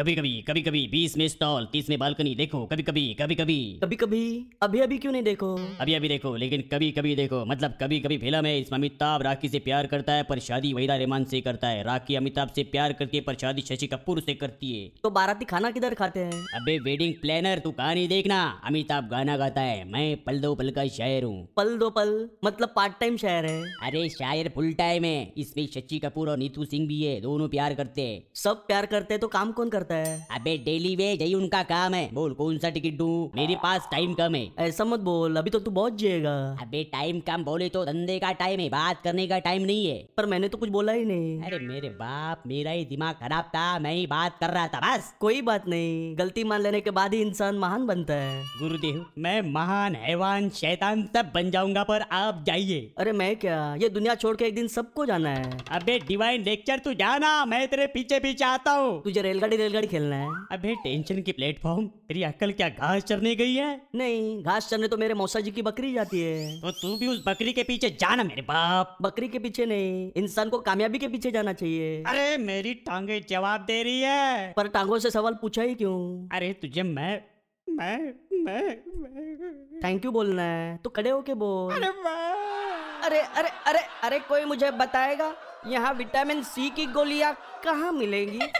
कभी कभी कभी कभी बीस में स्टॉल तीस में बालकनी देखो कभी कभी कभी कभी कभी कभी अभी अभी क्यों नहीं देखो अभी अभी देखो लेकिन कभी कभी देखो मतलब कभी कभी फिल्म में इसमें अमिताभ राखी से प्यार करता है पर शादी वहीदा रहमान से करता है राखी अमिताभ से प्यार करती है पर शादी शशि कपूर से करती है तो बाराती खाना किधर खाते हैं अबे वेडिंग प्लानर तू कहानी देखना अमिताभ गाना गाता है मैं पल दो पल का शायर हूँ पल दो पल मतलब पार्ट टाइम शायर है अरे शायर फुल टाइम है इसमें शशि कपूर और नीतू सिंह भी है दोनों प्यार करते हैं सब प्यार करते हैं तो काम कौन करता है अबे डेली वेज यही उनका काम है बोल कौन सा टिकट दू मेरे पास टाइम कम है ऐसा मत बोल अभी तो तू बहुत जिएगा अबे टाइम कम बोले तो धंधे का टाइम है बात करने का टाइम नहीं है पर मैंने तो कुछ बोला ही नहीं अरे मेरे बाप मेरा ही दिमाग खराब था मैं ही बात कर रहा था बस कोई बात नहीं गलती मान लेने के बाद ही इंसान महान बनता है गुरुदेव मैं महान हैवान शैतान सब बन जाऊंगा पर आप जाइए अरे मैं क्या ये दुनिया छोड़ के एक दिन सबको जाना है अबे डिवाइन लेक्चर तू जाना मैं तेरे पीछे पीछे आता हूँ तुझे रेलगाड़ी रेलगाड़ी खेलना है अबे टेंशन की प्लेटफॉर्म तेरी अक्कल क्या घास चरने गई है नहीं घास चरने तो मेरे मौसा जी की बकरी जाती है तो तू भी उस बकरी के पीछे जाना मेरे बाप बकरी के पीछे नहीं इंसान को कामयाबी के पीछे जाना चाहिए अरे मेरी टांगे जवाब दे रही है पर टांगों से सवाल पूछा ही क्यों अरे तुझे मैं मैं मैं, मैं थैंक यू बोलना है तो खड़े होके बोल अरे मैं अरे अरे अरे अरे कोई मुझे बताएगा यहाँ विटामिन सी की गोलियाँ कहाँ मिलेंगी